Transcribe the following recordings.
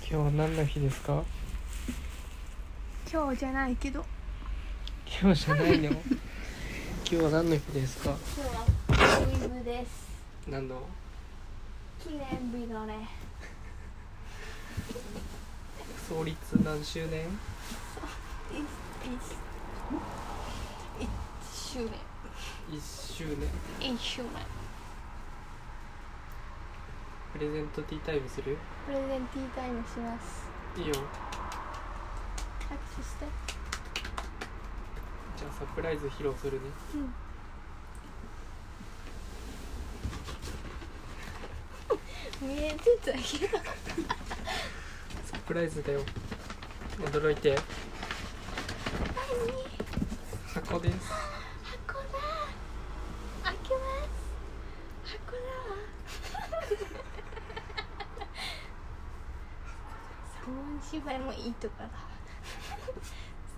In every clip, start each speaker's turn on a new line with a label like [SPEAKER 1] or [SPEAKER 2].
[SPEAKER 1] 今日は何の日ですか
[SPEAKER 2] 今日じゃないけど
[SPEAKER 1] 今日じゃないの今日は何の日ですか
[SPEAKER 3] 今日はクリームです
[SPEAKER 1] 何の
[SPEAKER 3] 記念日のね
[SPEAKER 1] 創立何周年
[SPEAKER 3] 1周年
[SPEAKER 1] 一周年
[SPEAKER 3] 1周年
[SPEAKER 1] プレゼントティータイムする
[SPEAKER 3] プレゼンティータイムします
[SPEAKER 1] いいよじゃ
[SPEAKER 3] 拍手して
[SPEAKER 1] あサプライズ披露するね
[SPEAKER 3] 見えてたけど
[SPEAKER 1] サプライズだよ驚いて箱です
[SPEAKER 3] 箱だ開けます箱だわ 三本芝居もいいとこだサ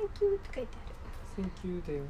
[SPEAKER 3] ンキューって書いてある
[SPEAKER 1] Thank you だよ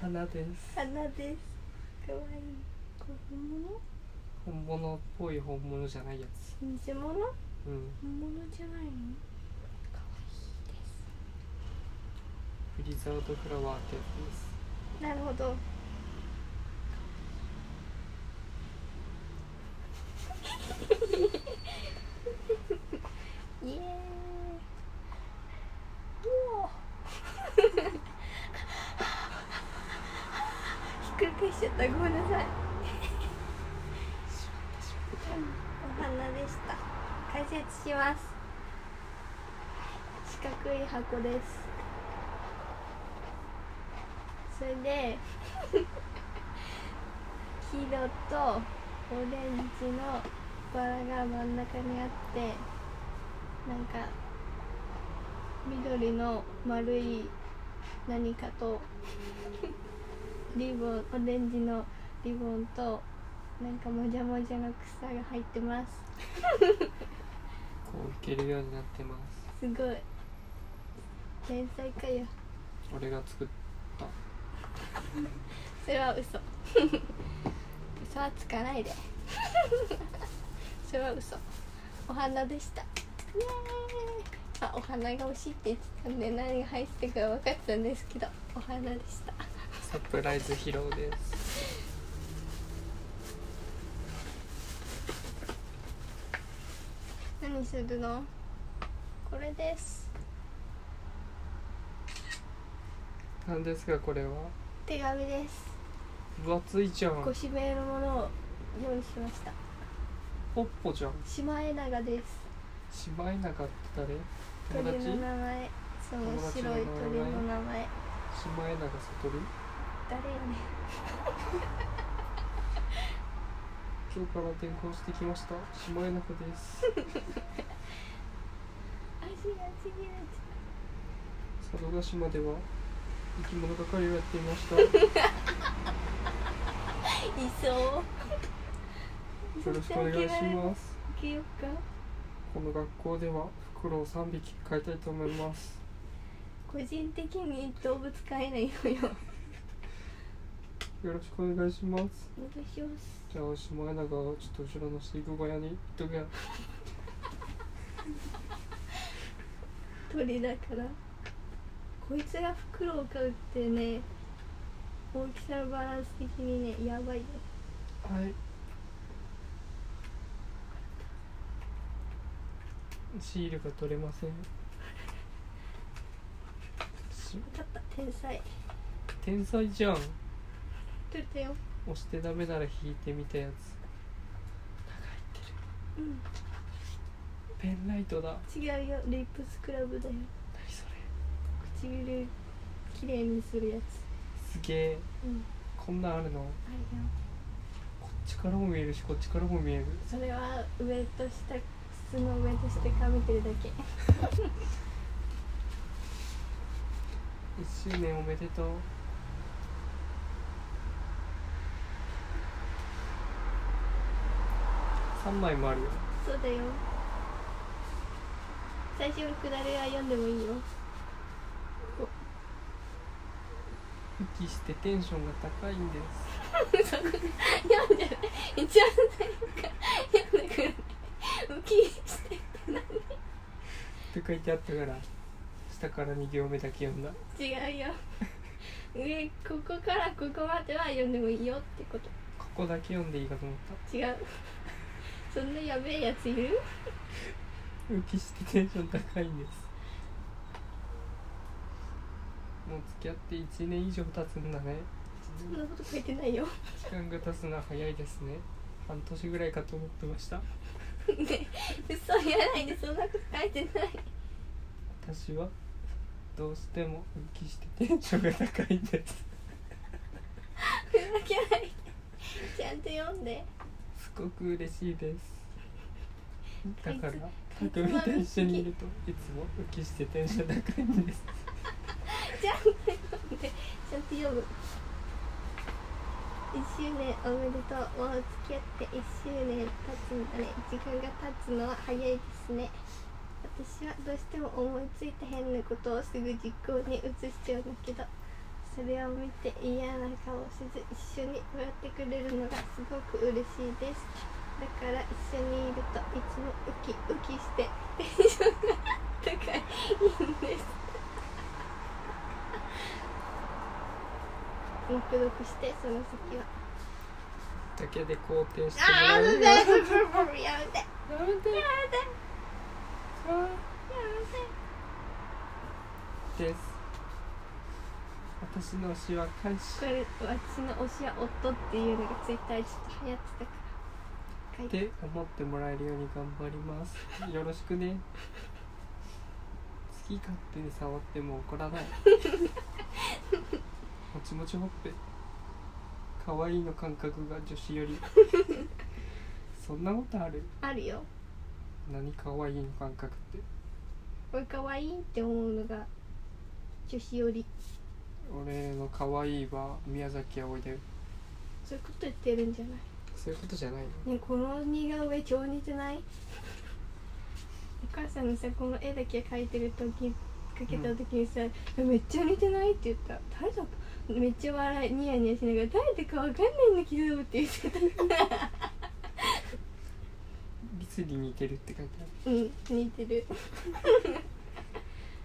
[SPEAKER 1] 花です
[SPEAKER 3] 花ですかわいいこれ本物
[SPEAKER 1] 本物っぽい本物じゃないやつ
[SPEAKER 3] 偽物
[SPEAKER 1] うん
[SPEAKER 3] 本物じゃないの可愛いです
[SPEAKER 1] フリザードフラワーってやつです
[SPEAKER 3] なるほど イエーイおーひっくり返しちゃったごめんなさいお花でした解説します四角い箱ですそれで 黄色とオレンジのバラが真ん中にあってなんか緑の丸い何かとリボンオレンジのリボンとなんかもじゃもじゃの草が入ってます
[SPEAKER 1] こういけるようになってます
[SPEAKER 3] すごい天才かよ
[SPEAKER 1] 俺が作っ
[SPEAKER 3] それは嘘 嘘はつかないで それは嘘お花でしたイエーイあお花が欲しいって言ってたんで何が入ってるか分かったんですけどお花でした
[SPEAKER 1] サプライズ披露です
[SPEAKER 3] 何するのこれです
[SPEAKER 1] 何ですかこれは
[SPEAKER 3] 手紙です
[SPEAKER 1] 分厚いじゃん
[SPEAKER 3] ご指名のものを用意しました
[SPEAKER 1] ポッポじゃん
[SPEAKER 3] シマエナガです
[SPEAKER 1] シマエナガって誰友
[SPEAKER 3] 鳥の
[SPEAKER 1] 達シ
[SPEAKER 3] 名前その白い鳥の名
[SPEAKER 1] マ
[SPEAKER 3] 前
[SPEAKER 1] エナガ悟る
[SPEAKER 3] 誰よね
[SPEAKER 1] 今日から転校してきましたシマエナガです
[SPEAKER 3] 足がちぎれちゃう
[SPEAKER 1] 佐渡島では生き物係をやっていました よ
[SPEAKER 3] いそう。
[SPEAKER 1] ろしくお願いします
[SPEAKER 3] す。けようか。
[SPEAKER 1] この学校ではフクロウ3匹飼いたいと思います
[SPEAKER 3] 個人的に動物飼えないのよ。
[SPEAKER 1] よろしくお願いします
[SPEAKER 3] お願いします。
[SPEAKER 1] じゃあシマエナガをちょっと後ろの飼育小屋に行っとくや
[SPEAKER 3] 鳥だから。こいつがフクロウ飼うってね。大きさのバランス的にね、やばいよ。
[SPEAKER 1] はい。シールが取れません。し
[SPEAKER 3] 分かった、天才。
[SPEAKER 1] 天才じゃん。
[SPEAKER 3] 取れたよ。
[SPEAKER 1] 押してダメなら引いてみたやつ。
[SPEAKER 3] うん、
[SPEAKER 1] ペンライトだ。
[SPEAKER 3] 違うよ、リップスクラブだよ。
[SPEAKER 1] 何それ。
[SPEAKER 3] 唇。綺麗にするやつ。
[SPEAKER 1] すげえ。
[SPEAKER 3] うん、
[SPEAKER 1] こんなんあるの。
[SPEAKER 3] あるよ。
[SPEAKER 1] こっちからも見えるし、こっちからも見える。
[SPEAKER 3] それは上と下、靴の上と下かめてるだけ。
[SPEAKER 1] 一周年おめでとう。三枚もあるよ。
[SPEAKER 3] そうだよ最初のくだりは読んでもいいよ
[SPEAKER 1] 息してテンションが高いんです
[SPEAKER 3] そこが読んでる一番最後から読んでくる浮きして
[SPEAKER 1] って書いてあったから下から2行目だけ読んだ
[SPEAKER 3] 違うよ上ここからここまでは読んでもいいよってこと
[SPEAKER 1] ここだけ読んでいいかと思った
[SPEAKER 3] 違うそんなやべえやついる
[SPEAKER 1] 浮きしてテンション高いんですもう付き合って1年以上経つんだね
[SPEAKER 3] そんなこと書いてないよ
[SPEAKER 1] 時間が経つのは早いですね半年ぐらいかと思ってました
[SPEAKER 3] ね嘘言わないでそんなこと書いてない
[SPEAKER 1] 私はどうしても浮きしてテンションが高いんです
[SPEAKER 3] ふざけないちゃんと読んです
[SPEAKER 1] ごく嬉しいですだから
[SPEAKER 3] かいつ
[SPEAKER 1] 匠と一緒にいるといつも浮きしてテンション高いんです
[SPEAKER 3] ちゃんと読んでちゃんと読む1周年おめでとうもう付き合って1周年経つんだね時間が経つのは早いですね私はどうしても思いついた変なことをすぐ実行に移しちゃうんだけどそれを見て嫌な顔せず一緒に笑ってくれるのがすごく嬉しいですだから一緒にいるといつもウキウキしてテンションが高いんです黙読してその先は
[SPEAKER 1] だけで肯定しても
[SPEAKER 3] あ
[SPEAKER 1] ら
[SPEAKER 3] あ
[SPEAKER 1] う
[SPEAKER 3] や
[SPEAKER 1] よ
[SPEAKER 3] めてやめてやめて
[SPEAKER 1] やめてあーです私の推しは彼
[SPEAKER 3] こ
[SPEAKER 1] 氏
[SPEAKER 3] れ私の推しは夫っていうのがツイッターでちょっと流行ってたから書い
[SPEAKER 1] ってて思ってもらえるように頑張りますよろしくね好き勝手に触っても怒らないもちもちほっぺ可愛いの感覚が女子よりそんなことある
[SPEAKER 3] あるよ
[SPEAKER 1] 何可愛いの感覚って
[SPEAKER 3] これ可愛いって思うのが女子より
[SPEAKER 1] 俺の可愛いは宮崎あおいだよ
[SPEAKER 3] そういうこと言ってるんじゃない
[SPEAKER 1] そういうことじゃないの
[SPEAKER 3] ねこの似顔絵超似てないお母さんにさこの絵だけ描いてる時かけた時にさ、めっちゃ似てないって言った誰だめっちゃ笑いニヤニヤしながら誰だかわかんないんだけどって言ってた
[SPEAKER 1] リスに似てるって書いてある
[SPEAKER 3] うん似てる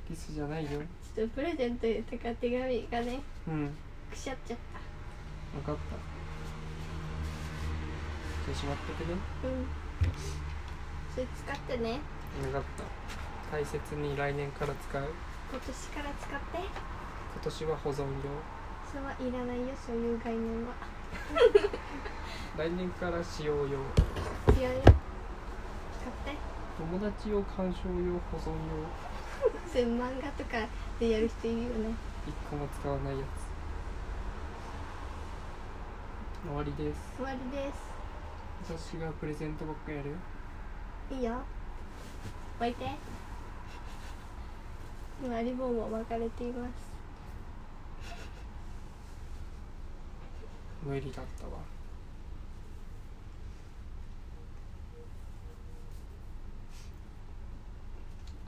[SPEAKER 1] リスじゃないよ
[SPEAKER 3] ちょっとプレゼント入れたから手紙がね
[SPEAKER 1] うん分
[SPEAKER 3] くしゃっちゃった
[SPEAKER 1] かったじゃあしまっててね
[SPEAKER 3] うんそれ使ってね
[SPEAKER 1] 分かった大切に来年から使う
[SPEAKER 3] 今年から使って
[SPEAKER 1] 今年は保存用
[SPEAKER 3] それはいらないよそういう概念は
[SPEAKER 1] 来年から使用用
[SPEAKER 3] 違うよ使って
[SPEAKER 1] 友達用鑑賞用保存用
[SPEAKER 3] それ漫画とかでやる人いるよね
[SPEAKER 1] 一個も使わないやつ終わりです
[SPEAKER 3] 終わりです
[SPEAKER 1] 私がプレゼントばっかやる
[SPEAKER 3] いいよ置いて今リボンも巻かれています
[SPEAKER 1] 無理だったわ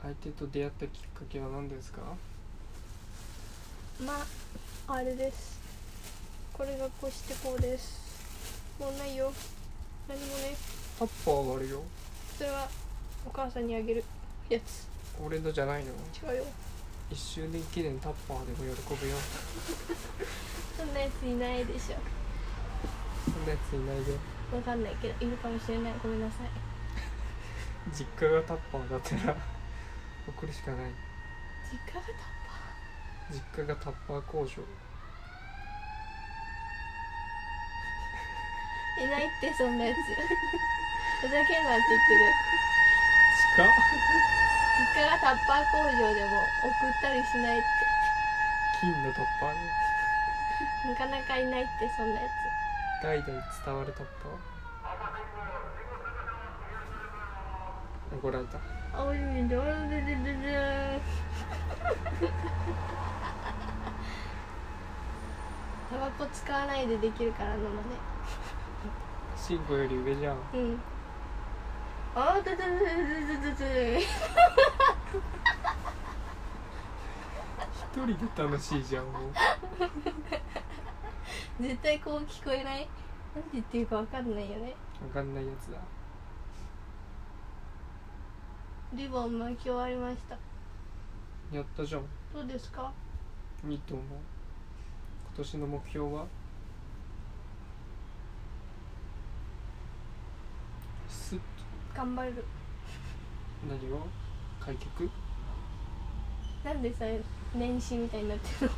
[SPEAKER 1] 相手と出会ったきっかけは何ですか
[SPEAKER 3] まああれですこれがこうしてこうですもうないよ何もね
[SPEAKER 1] 8歩上がるよ
[SPEAKER 3] それはお母さんにあげるやつ
[SPEAKER 1] 俺のじゃないの
[SPEAKER 3] 違うよ
[SPEAKER 1] 1周年記念タッパーでも喜ぶよ
[SPEAKER 3] そんなやついないでしょ
[SPEAKER 1] そんなやついないで
[SPEAKER 3] わかんないけどいるかもしれないごめんなさい
[SPEAKER 1] 実家がタッパーだったら 送るしかない
[SPEAKER 3] 実家がタッ
[SPEAKER 1] 実家がタッパー工場
[SPEAKER 3] パーいないってそん なやつふざけんなって言ってる
[SPEAKER 1] 近っ
[SPEAKER 3] 実家がタッパー工場でも送ったりしないって
[SPEAKER 1] 金のタッパーね
[SPEAKER 3] なかなかいないってそんなや
[SPEAKER 1] 代々伝わるタッパー怒られた
[SPEAKER 3] つあおいみどろででででタバコ使わないでできるからなのね
[SPEAKER 1] 慎吾より上じゃん
[SPEAKER 3] うん。あー、ずずずずずずず。
[SPEAKER 1] 人で楽しいじゃんもう
[SPEAKER 3] 絶対こう聞こえないなんて言ってるかわかんないよね
[SPEAKER 1] 分かんないやつだ
[SPEAKER 3] リボン巻き終わりました
[SPEAKER 1] やったじゃん
[SPEAKER 3] どうですか
[SPEAKER 1] いいと思う今年の目標はす
[SPEAKER 3] 頑張る
[SPEAKER 1] 何を開脚
[SPEAKER 3] なんでさ年始みたいになってるの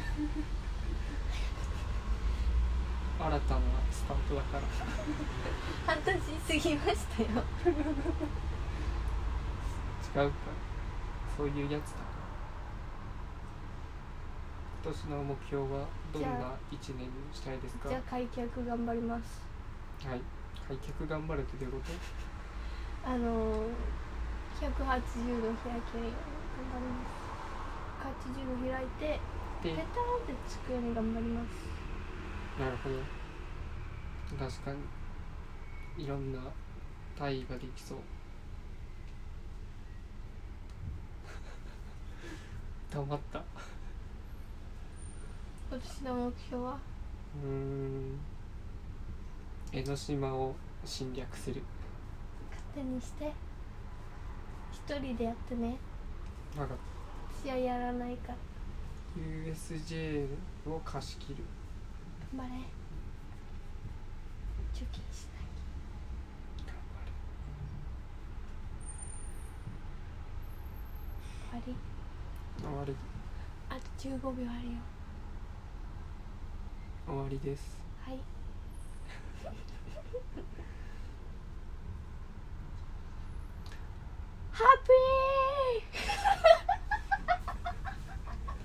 [SPEAKER 1] 新たなスタートだから
[SPEAKER 3] 半年過ぎましたよ
[SPEAKER 1] 違うかそういうやつだ今年の目標はどん
[SPEAKER 3] じ
[SPEAKER 1] な
[SPEAKER 3] ゃ
[SPEAKER 1] 1年にしたいですか
[SPEAKER 3] じゃあ開脚頑張ります
[SPEAKER 1] はい開脚頑張るってどういうこ
[SPEAKER 3] あのー、180度開け頑張ります180度開いて
[SPEAKER 1] とで
[SPEAKER 3] ペタンってつくように頑張ります
[SPEAKER 1] なるほど確かにいろんな体位ができ そう黙ったう
[SPEAKER 3] 今年の目標は
[SPEAKER 1] ーん江ノ島を侵略する
[SPEAKER 3] 勝手にして一人でやってね
[SPEAKER 1] なんか
[SPEAKER 3] 試合やらないから
[SPEAKER 1] USJ を貸し切る
[SPEAKER 3] 頑張れ貯金しな
[SPEAKER 1] 頑張る
[SPEAKER 3] きゃ終わ
[SPEAKER 1] 終
[SPEAKER 3] り
[SPEAKER 1] わり
[SPEAKER 3] あと15秒あるよ
[SPEAKER 1] 終わりです
[SPEAKER 3] はい